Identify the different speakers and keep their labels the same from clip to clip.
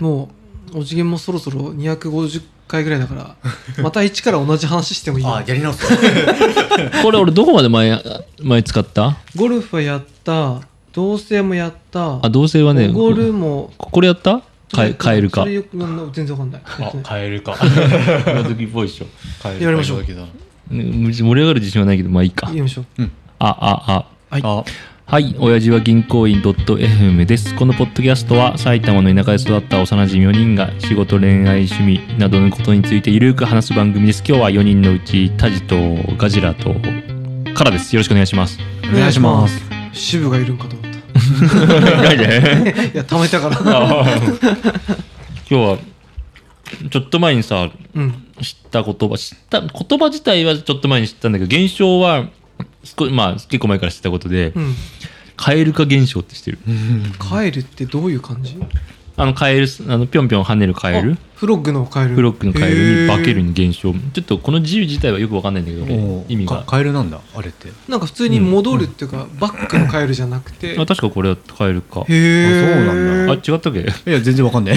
Speaker 1: もうお次元もそろそろ250回ぐらいだから また一から同じ話してもいい
Speaker 2: あやり直 すか
Speaker 3: これ俺どこまで前前使った
Speaker 1: ゴルフはやった同棲もやった
Speaker 3: あ同性はね
Speaker 1: ゴルフも
Speaker 3: ここれやったかえカエルか
Speaker 1: それよくなんだ全然わかんないやってない
Speaker 4: カエル か
Speaker 3: 今時っぽいっしょ
Speaker 2: カエル
Speaker 1: やりましょう
Speaker 2: カエルだけ
Speaker 3: ね盛り上がる自信はないけどまあいいか
Speaker 1: 言いましょう
Speaker 3: あああ
Speaker 1: はい
Speaker 2: どあ
Speaker 3: はい、親父は銀行員 .fm です。このポッドキャストは埼玉の田舎で育った幼馴染4人が仕事、恋愛、趣味などのことについてゆるく話す番組です。今日は4人のうちタジとガジラとからです。よろしくお願いします。
Speaker 1: お願いします支部がいるんかと思っ
Speaker 3: ガ
Speaker 1: た
Speaker 3: ジラ
Speaker 1: いや貯めたから
Speaker 3: あー今日はちょっと前に さ、
Speaker 1: うん
Speaker 3: 知った言葉、知った言葉自体はちょっと前に知ったんだけど、現象は少まあ結構前から知ったことで
Speaker 1: う、ん
Speaker 3: カエル化現象って知ってる。
Speaker 1: カエルってどういう感じ
Speaker 3: あのカエル、あのぴょんぴょん跳ねるカエル。
Speaker 1: フロッグのカエル
Speaker 3: フロックのカエルに化ける
Speaker 1: へ
Speaker 3: に現象、ちょっとこの自由自体はよくわかんないんだけど
Speaker 2: お
Speaker 3: 意味が
Speaker 2: かカエルなんだあれって
Speaker 1: ーなんか普通に戻るっていうか、バックのカエルじゃなくてへ
Speaker 3: あ確かこれはカエルかあ
Speaker 1: え
Speaker 2: あそうなん
Speaker 3: 違ったっけ
Speaker 2: いや全然わかんない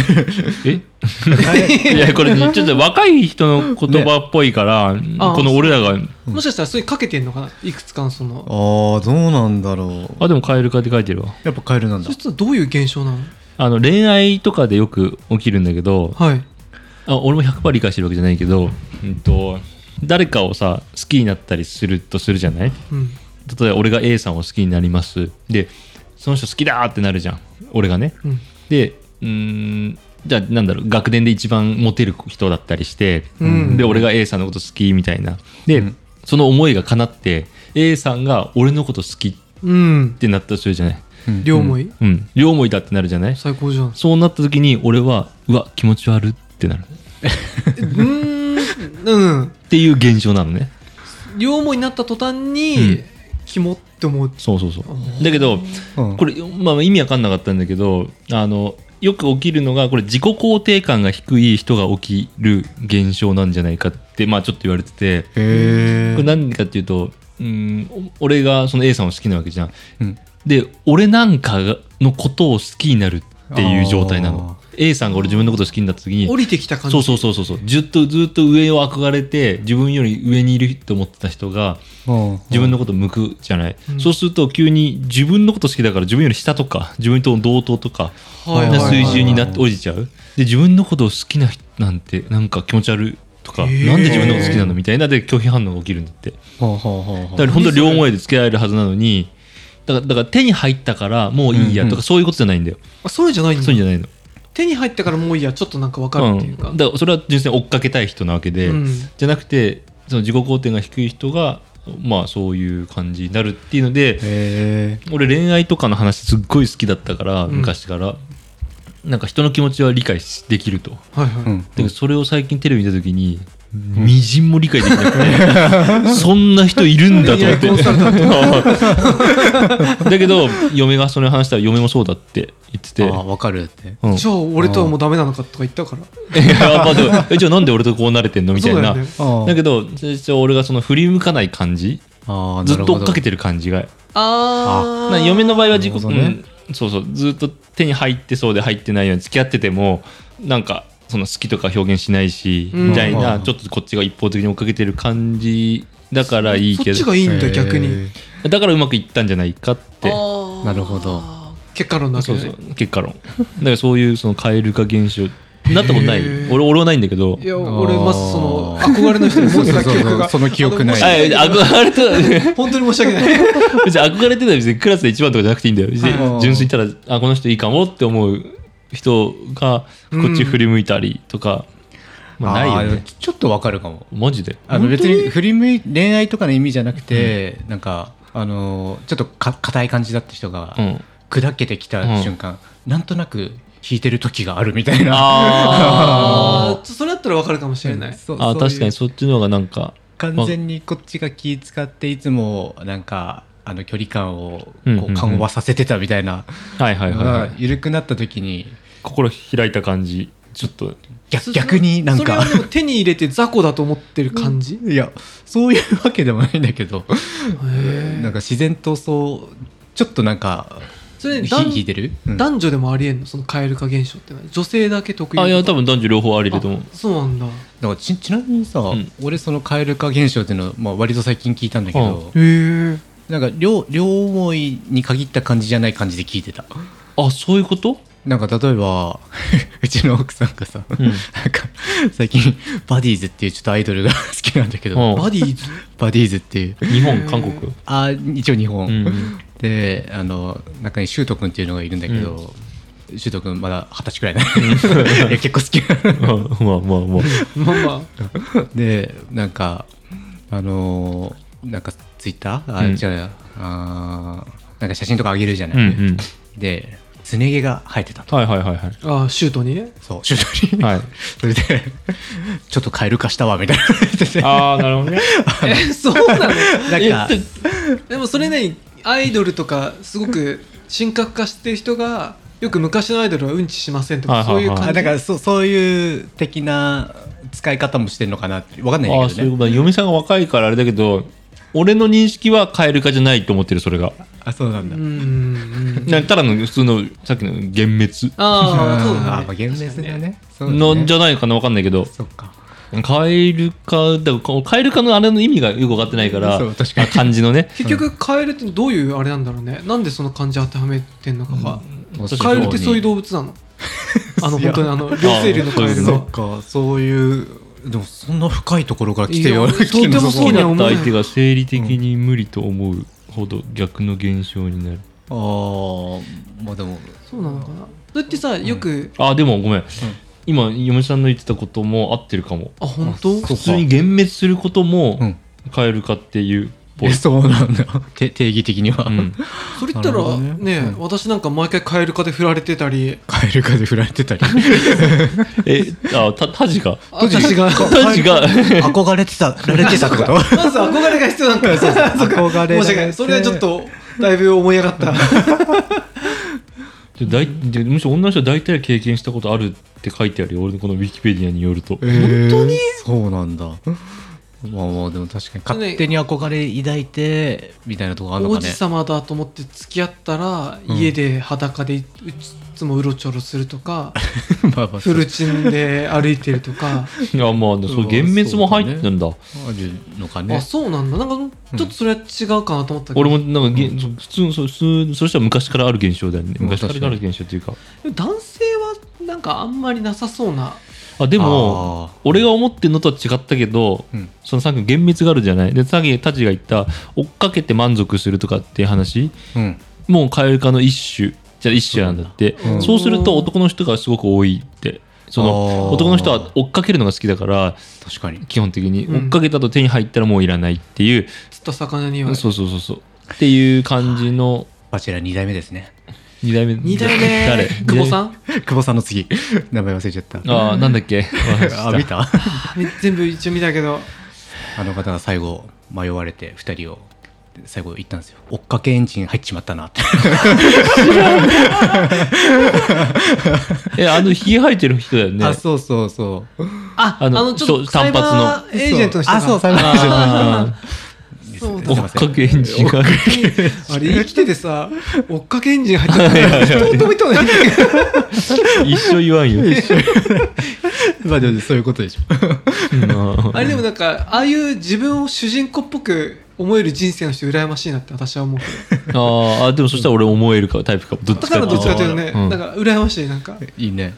Speaker 3: え いやこれちょっと若い人の言葉っぽいから、
Speaker 1: あ
Speaker 3: この俺らが
Speaker 1: もしかしたらそれかけてんのかないくつかのその
Speaker 2: ああどうなんだろう
Speaker 3: あでもカエル化って書いてるわ
Speaker 2: やっぱカエルなんだ
Speaker 1: そいつはどういう現象なの
Speaker 3: あの恋愛とかでよく起きるんだけど
Speaker 1: はい
Speaker 3: あ俺も100%理解してるわけじゃないけど、うん、と誰かをさ好きになったりするとするじゃない
Speaker 1: うん
Speaker 3: 例えば俺が A さんを好きになりますでその人好きだーってなるじゃん俺がね
Speaker 1: うん
Speaker 3: でうーんじゃあなんだろう学年で一番モテる人だったりして、
Speaker 1: うん
Speaker 3: で俺が A さんのこと好きみたいなで、その思いが叶って A さんが俺のこと好きっ
Speaker 1: うん
Speaker 3: てなったとするじゃない、
Speaker 1: 両思い
Speaker 3: うん、両思いだってなるじゃない
Speaker 1: 最高じゃんう
Speaker 3: そうなった時に俺はうわ気持ち悪ってなるっ
Speaker 1: ーんうん
Speaker 3: ていう現象なのね
Speaker 1: 両思いになった途端
Speaker 3: うん
Speaker 1: にキモって思う
Speaker 3: そうそうそうだけど
Speaker 2: うん
Speaker 3: これ、まあ、意味わかんなかったんだけどあのよく起きるのがこれ自己肯定感が低い人が起きる現象なんじゃないかって、まあ、ちょっと言われてて、
Speaker 2: へ
Speaker 3: これ何かっていうと、うん、お俺がその A さんを好きなわけじゃん。
Speaker 2: うん
Speaker 3: で、俺なんかのことを好きになるっていう状態なの。A さんが俺自分のこと好きになった時に
Speaker 1: 降、りてきた感じ
Speaker 3: そうそうそうそうそう、ずっとずっと上を憧れて、自分より上にいると思ってた人が、自
Speaker 2: 自
Speaker 3: 分のこと向くじゃない、
Speaker 1: うん
Speaker 3: そうすると急に自分のこと好きだから自分より下とか自分と同等とか
Speaker 1: はいは
Speaker 3: みん
Speaker 1: い
Speaker 3: な
Speaker 1: はい
Speaker 3: 水準になって降りちゃうで自分のことを好きな人なんてなんか気持ち悪いとか、
Speaker 1: へー
Speaker 3: なんで自分のこと好きなのみたいなで拒否反応が起きるんだって
Speaker 2: はあはあは
Speaker 3: だ
Speaker 2: あ
Speaker 3: か
Speaker 2: は
Speaker 3: ら本当に両思いで付き合えるはずなのにだからだから手に入ったからもういいや
Speaker 2: うん
Speaker 3: と
Speaker 2: う
Speaker 3: かそういうことじゃないんだよ、
Speaker 1: あそういうんじゃないん
Speaker 3: そういうん
Speaker 1: だ
Speaker 3: じゃないの
Speaker 1: 手に入ったからもういいやちょっとなんかわかるっていうか
Speaker 3: ん、だからそれは純粋に追っかけたい人なわけで、
Speaker 1: うん
Speaker 3: じゃなくてその自己肯定が低い人がまあそういう感じになるっていうので、
Speaker 2: へえ
Speaker 3: 俺恋愛とかの話すっごい好きだったから
Speaker 1: ん
Speaker 3: 昔から、なんか人の気持ちは理解しできるとだ
Speaker 1: はいはい
Speaker 2: うん
Speaker 3: けどそれを最近テレビ見た時に、みじんも理解できなく てそんな人いるんだと思って
Speaker 1: いやコンサル
Speaker 3: だけど嫁がそれ話したら嫁もそうだって言ってて
Speaker 2: ああわかるって
Speaker 3: うん
Speaker 1: じゃあ俺とはもうダメなのかとか言ったから
Speaker 3: いやまあでもえじゃあなんで俺とこうなれてんのみたい
Speaker 1: そ
Speaker 3: な
Speaker 1: うだ
Speaker 3: だ,、
Speaker 1: よね
Speaker 2: ああ
Speaker 3: けど最初俺がその振り向かない感じ
Speaker 2: ああ
Speaker 3: ずっと追っかけ
Speaker 2: て
Speaker 3: てる感じが
Speaker 1: あ
Speaker 3: な嫁の場合は自己、
Speaker 2: なるほどね
Speaker 3: うんそうそうずっと手に入ってそうで入ってないように付き合っててもなんかその好きとか表現しないし、
Speaker 1: うん
Speaker 3: みたいな、
Speaker 2: うん
Speaker 3: ちょっとこっちが一方的に追っかけてる感じだからいい
Speaker 1: そっ
Speaker 3: けど
Speaker 1: ちがいいんだ逆に
Speaker 3: だからうまくいったんじゃないかって
Speaker 1: な
Speaker 2: なるほど
Speaker 1: 結果論なわけ
Speaker 3: そう
Speaker 1: ね
Speaker 3: そう結果論だからそういうその蛙化現象なったことない
Speaker 1: へー
Speaker 3: 俺俺はないんだけど
Speaker 1: いや
Speaker 2: ー
Speaker 1: 俺まずその憧れの人に持ってた記憶が
Speaker 2: そうそうそうその記憶ない
Speaker 1: あ
Speaker 3: あ
Speaker 1: の申
Speaker 3: い
Speaker 1: し訳
Speaker 3: や憧れて た
Speaker 1: 本当に申し訳ない
Speaker 3: 別に憧れてたら別にクラスで一番とかじゃなくていいんだよ別に
Speaker 2: はい
Speaker 3: 純粋にただあこの人いいかもって思う人がこっち振り向いたりとか、まあ、ないよ
Speaker 2: ああ
Speaker 3: ね
Speaker 2: ちょっとわかるかも
Speaker 3: マジで
Speaker 2: あの別に振り向い恋愛とかの意味じゃなくて、なんかあのちょっとか硬い感じだった人が
Speaker 3: うん
Speaker 2: 砕けてきた瞬間、なんとなく弾いてる時があるみたいな
Speaker 1: あーそれだったらわかるかもしれない
Speaker 2: そうそ
Speaker 3: あ
Speaker 2: ういう
Speaker 3: 確かにそっちの方がなんか
Speaker 2: 完全にこっちが気使っていつもなんかあの距離感を
Speaker 3: うんうん
Speaker 2: こ
Speaker 3: うん
Speaker 2: う緩和させてたみたいな
Speaker 3: はいはい
Speaker 2: の
Speaker 3: はい、は
Speaker 2: が
Speaker 3: い、
Speaker 2: 緩くなった時に
Speaker 3: 心開いた感じちょっと
Speaker 2: 逆逆になんか
Speaker 1: それをでも手に入れて雑魚だと思ってる感じ
Speaker 2: いやそういうわけでもないんだけど
Speaker 1: へー
Speaker 2: なんか自然とそうちょっとなんか
Speaker 1: それ
Speaker 2: ひ
Speaker 1: 男
Speaker 2: 引いてる、うん
Speaker 1: 男女でもありえんのその蛙化現象ってのは女性だけ得意
Speaker 3: あいや多
Speaker 1: 分
Speaker 3: 分男女両方ありだと思う
Speaker 1: そうなんだへ
Speaker 2: だからちちなみにさ、
Speaker 3: ん
Speaker 2: 俺その蛙化現象っていうのは、まあ、割と最近聞いたんだけど、
Speaker 1: え
Speaker 2: なんか両両思いに限った感じじゃない感じで聞いてた
Speaker 3: あそういうこと
Speaker 2: なんか例えば うちの奥さんがさ、
Speaker 3: うん
Speaker 2: なんか最近バディーズっていうちょっとアイドルが好きなんだけど、
Speaker 3: うん
Speaker 1: バディーズ
Speaker 2: バディーズっていう
Speaker 3: 日
Speaker 1: へ
Speaker 3: 本
Speaker 1: ー
Speaker 3: 韓国
Speaker 2: あ一応日本、
Speaker 3: うんうん
Speaker 2: であの中にシュート君っていうのがいるんだけど、シュート君まだ二十歳くらいだ、ね、 いや結構好きな
Speaker 3: まあまあまあまあ
Speaker 1: まあまあ
Speaker 2: でなんかあのーなんかツイッターあ、
Speaker 3: うん
Speaker 2: じゃああーなんか写真とかあげるじゃない、
Speaker 3: うんうん
Speaker 2: ですね毛が生えてたと
Speaker 3: はいはいはいはい
Speaker 1: ああシュートにね
Speaker 2: そうシュートに、
Speaker 3: はい
Speaker 2: それでちょっとカエル化したわ みたいな言ってて
Speaker 3: ああなるほど ね
Speaker 1: えそうなの
Speaker 2: なんか
Speaker 1: でもそれねアイドルとかすごく神格化してる人がよく昔のアイドルはうんちしませんと
Speaker 3: は
Speaker 1: か
Speaker 3: いは
Speaker 1: そう
Speaker 3: い
Speaker 1: いう
Speaker 3: はい
Speaker 1: 感
Speaker 2: あ
Speaker 1: じ
Speaker 2: だからそうそういう的な使い方もしてるのかなってわかんないん
Speaker 3: あ
Speaker 2: だ
Speaker 3: あ
Speaker 2: け
Speaker 3: そ
Speaker 2: ど
Speaker 3: うい
Speaker 2: ね
Speaker 3: うことだ嫁さんが若いからあれだけど俺の認識は蛙化じゃないと思ってるそれが
Speaker 2: あそうなんだ、
Speaker 1: うんうん
Speaker 3: なただの普通のさっきの幻滅
Speaker 1: ああそう
Speaker 2: あ
Speaker 1: だ
Speaker 2: ーまあ
Speaker 1: ね
Speaker 2: 厳密だねそうだね
Speaker 3: なんじゃないかなわかんないけど
Speaker 2: そっか
Speaker 3: 蛙化だから蛙化のあれの意味がよく分かってないから
Speaker 2: そう確かに
Speaker 3: あ漢字 のね
Speaker 1: 結局カエルってどういうあれなんだろうねなんでその漢字当てはめてんのかが、
Speaker 3: うん
Speaker 1: カエルってそういう動物なのあの本当にあの両生類のカエル
Speaker 2: そ
Speaker 1: の
Speaker 2: っかそういうでもそんな深いところから来てるよう
Speaker 1: い
Speaker 2: な
Speaker 1: や
Speaker 2: 来てる
Speaker 1: とても
Speaker 2: の
Speaker 1: そうには
Speaker 3: だっ
Speaker 1: 思
Speaker 3: た
Speaker 1: えない
Speaker 3: 相手が生理的に無理と思うほど逆の現象になる
Speaker 2: ああまあでも
Speaker 1: そうなのかなだってさよく、
Speaker 3: あでもごめん今嫁さんの言ってたことも合ってるかも
Speaker 1: あ本当
Speaker 2: あ
Speaker 3: 普
Speaker 2: そう
Speaker 3: 通に幻滅すること
Speaker 2: う
Speaker 3: も
Speaker 2: ん
Speaker 3: 蛙化っていうっぽい
Speaker 2: えそうなんだて定義的に は、
Speaker 3: うん
Speaker 1: それ言った
Speaker 2: なるほ
Speaker 1: ら
Speaker 2: ど
Speaker 1: ね
Speaker 2: ねうん
Speaker 1: 私なんか毎回カエル化で振られてたり
Speaker 2: カエル風振られて たり
Speaker 3: えあたタジが
Speaker 1: 私が
Speaker 3: タジ が
Speaker 2: 憧れてたられてたって こと
Speaker 1: まず憧れが必要 なんだ
Speaker 2: 憧
Speaker 1: 申し訳ないそれはちょっとだいぶ思い上がった
Speaker 3: で大でむしろ女の人は大体は経験したことあるって書いてあるよ俺のこのウィキペディアによると
Speaker 2: 本当にそうなんだまあまあでも確かに勝手に憧れ抱いてみたいなとこあるの
Speaker 1: 王
Speaker 2: か
Speaker 1: 子
Speaker 2: ね
Speaker 1: 様だと思って付き合ったら、
Speaker 2: うん
Speaker 1: 家で裸でいつもうろちょろするとか
Speaker 2: まあまあ
Speaker 1: フルチンで歩いてるとか
Speaker 3: いや まあそう幻滅も入ってるんだ
Speaker 2: あるのか
Speaker 1: あ
Speaker 2: ね
Speaker 1: そうなんだなんかちょっとそれは違うかなと思ったけど、
Speaker 3: 俺もなんかげんそう普通のそう普通そしたら昔からある現象だよね
Speaker 2: うん
Speaker 3: 昔からある
Speaker 2: 確か
Speaker 3: 現象っていうか
Speaker 1: 男性はなんかあんまりなさそうな
Speaker 3: あでも
Speaker 2: あー
Speaker 3: 俺が思ってるのとは違ったけど、
Speaker 2: うん
Speaker 3: そのさっき幻滅があるじゃないでさっきタジが言った追っかけて満足するとかっていう話
Speaker 2: うん
Speaker 3: もう蛙化の一種じゃあ一種なんだってそう,、
Speaker 2: うん
Speaker 3: すると男の人がすごく多いってそ
Speaker 2: あ
Speaker 3: の
Speaker 2: ー
Speaker 3: 男の人は追っかけるのが好きだから
Speaker 2: 確かに
Speaker 3: 基本的に
Speaker 1: うん
Speaker 3: 追っかけたと手に入ったらもういらないっていう、
Speaker 1: 釣った魚には
Speaker 3: そうそうそうそうっていう感じの
Speaker 2: バチェラー2代目ですね
Speaker 3: 2代目
Speaker 1: 2代目
Speaker 3: 誰
Speaker 1: 久保さ
Speaker 3: ん
Speaker 1: ん
Speaker 2: 久保さんの次名前忘れちゃった
Speaker 3: ああなんだっけ
Speaker 2: あ見た
Speaker 1: あ全部一応見たけど
Speaker 2: あの方が最後迷われて2人を最後言ったんですよ追っかけエンジン入っちまったなって
Speaker 3: えあのひげ生えてる人だよね
Speaker 2: あそうそうそう
Speaker 1: あ
Speaker 3: あ
Speaker 1: あ
Speaker 3: の
Speaker 1: のちょっと
Speaker 3: そう単発の
Speaker 1: サイバーエージェントの人
Speaker 2: あそうサイバーエージェント
Speaker 3: あ
Speaker 1: そう
Speaker 3: ー追っかけエン ジンが
Speaker 1: あれ生きてて さ追っかけエンジン入っちゃったら一言も見たことないんだけど
Speaker 3: 一緒言わんよ、
Speaker 2: まあでもそういうこと でしょ
Speaker 1: あれでもなんかああいう自分を主人公っぽく思える人生の人羨ましいなって私は思うけど
Speaker 3: あーあでもそしたら俺思えるかタイプかもどっ
Speaker 1: だ
Speaker 3: ち
Speaker 1: か
Speaker 3: かっ
Speaker 1: ら
Speaker 3: て
Speaker 1: ど
Speaker 3: い
Speaker 1: っ
Speaker 3: う
Speaker 1: ちかと
Speaker 3: と
Speaker 1: いうとね、
Speaker 3: うん
Speaker 1: なんか羨ましいなんか
Speaker 2: いいね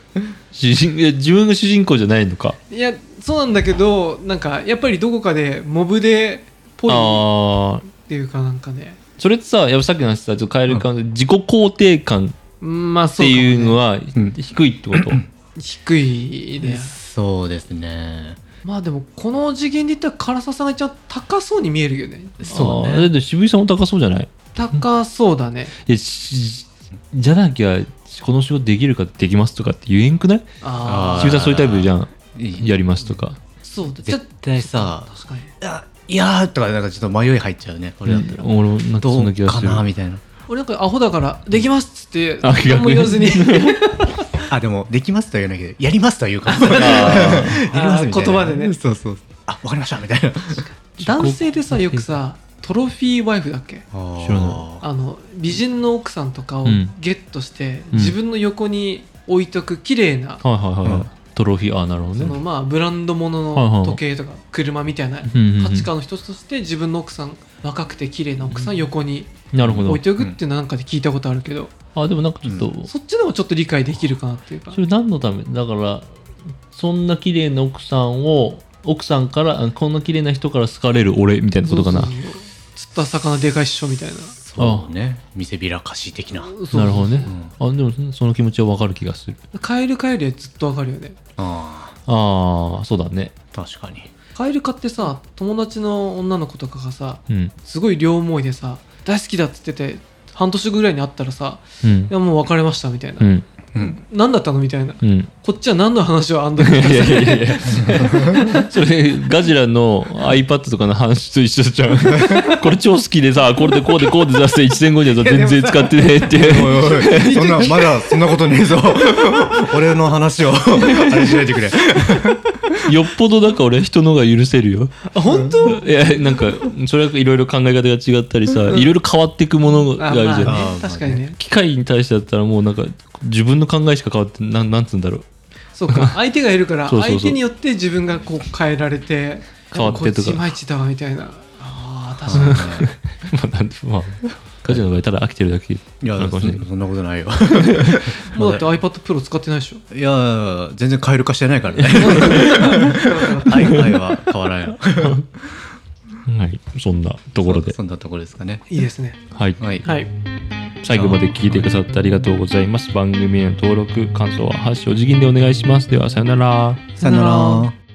Speaker 3: 主人いや自分が主人公じゃないのか
Speaker 1: いやそうなんだけどなんかやっぱりどこかでモブでぽいっ
Speaker 3: ああ
Speaker 1: ていうかなんかね
Speaker 3: それってさやっぱさっきの話さちょっと変える感じ、自己肯定感
Speaker 1: うんまあ
Speaker 3: っ
Speaker 1: そう
Speaker 3: て
Speaker 1: かもね
Speaker 3: いうのは
Speaker 2: うん
Speaker 3: 低いってこと、
Speaker 1: 低いね
Speaker 2: そうですね
Speaker 1: まあでもこの次元で言ったら唐沢さんが一番高そうに見えるよね
Speaker 2: そうだね
Speaker 3: あーだって渋井さんも高そうじゃない
Speaker 1: 高そうだ ね
Speaker 3: いやしじゃなきゃこの仕事できるかできますとかって言えんくない
Speaker 1: あ
Speaker 2: ー
Speaker 3: 渋井さんそういうタイプじゃん
Speaker 2: いい
Speaker 3: やりますとか
Speaker 1: あそうだじゃ
Speaker 2: 絶対さ
Speaker 1: 確かに
Speaker 2: 「あいやー」とかなんかちょっと迷い入っちゃうねこれだったら、
Speaker 3: うん俺もなんかそ
Speaker 2: ど
Speaker 3: んな気
Speaker 2: う
Speaker 3: がす
Speaker 2: か
Speaker 3: る
Speaker 2: なみたいな
Speaker 1: 俺なんかアホだから「できます」っつって
Speaker 3: あ逆に
Speaker 1: 何も言わず に
Speaker 2: あでも「できます」とは言わないけど「やります」とは言うから やりますみたいな
Speaker 1: あー言葉でね
Speaker 2: そうそうそうあわかりましたみたいな
Speaker 1: 男性でさよくさトロフィーワイフだっけ
Speaker 3: 知らな
Speaker 1: あの美人の奥さんとかを
Speaker 3: うん
Speaker 1: ゲットして、
Speaker 3: うん
Speaker 1: 自分の横に置いとく綺麗な、
Speaker 3: はいはいはい、は
Speaker 2: う
Speaker 3: い
Speaker 2: ん
Speaker 3: トロフィーああなるほど
Speaker 1: その
Speaker 3: ね
Speaker 1: まあブランドもの
Speaker 3: はいはい
Speaker 1: の時計とか車みたいな
Speaker 3: うんうんうん
Speaker 1: 価値観の一つとして自分の奥さん若くて綺麗な奥さん横に
Speaker 3: なるほど
Speaker 1: 置いておくっていうのはなんかで聞いたことあるけど、
Speaker 3: あでもなんかちょっと、
Speaker 2: う
Speaker 1: そっちの方がちょっと理解できるかなっていうか
Speaker 3: それ何のためだからそんな綺麗な奥さんを奥さんからあこんな綺麗な人から好かれる俺みたいなことかな
Speaker 1: そうそうそう釣った魚でかいっしょみたいな
Speaker 2: そうね見せびらかし的な、うん、
Speaker 1: そう
Speaker 3: なるほどね、
Speaker 2: う
Speaker 3: あでもその気持ちは分かる気がする
Speaker 1: カエルカエルはずっとわかるよね
Speaker 2: あ
Speaker 3: ああそうだね
Speaker 2: ー確かに
Speaker 1: カエル飼ってさ友達の女の子とかがさ
Speaker 3: うん
Speaker 1: すごい両思いでさ大好きだっつってて半年ぐらいに会ったらさ
Speaker 3: うん
Speaker 1: いやもう別れましたみたいな、
Speaker 3: うんうん
Speaker 2: うん
Speaker 1: 何だったのみたいな
Speaker 3: うん
Speaker 1: こっちは何の話をあんだけ
Speaker 3: いやいやいやいやそれガジラの iPad とかの話と一緒じゃんこれ超好きでさこれでこうでこうで出して1年後にはさ全然使ってねえっていう
Speaker 4: おいおいそんなまだそんなことねえ ぞ俺の話をあれしないでくれ
Speaker 3: よっぽどだから俺は人のが許せるよ
Speaker 1: あ本当
Speaker 3: いやなんかそれはいろいろ考え方が違ったりさいろいろ変わっていくものが
Speaker 1: あ
Speaker 3: あるじゃん、
Speaker 1: まあ
Speaker 2: あ
Speaker 1: ね
Speaker 2: ー
Speaker 1: 確かにね
Speaker 3: 機械に対してだったらもうなんか自分の考えしか変わってなんなんつうんだろう
Speaker 1: そう か相手がいるから
Speaker 3: そうそうそう
Speaker 1: 相手によって自分がこう変えられて
Speaker 3: 変わってとか
Speaker 1: こいついまいちだわみたいなあー確か
Speaker 3: まあなんてまあカジノがいたら飽きてるだけ
Speaker 2: いや
Speaker 3: なのかもしれない
Speaker 2: そそんなことないよ
Speaker 1: にもうだって iPad Pro 使ってないでしょ
Speaker 2: いや全然蛙化してないからね 愛 愛は変わらんよ
Speaker 3: はいそんなところ で
Speaker 2: そんなところですかね
Speaker 1: いいですね
Speaker 3: はい、
Speaker 2: はい、
Speaker 1: はい
Speaker 3: 最後まで聞いてくださってありがとうございます番組への登録感想は「ハッシュお辞儀」でお願いしますではさよなら
Speaker 2: さよなら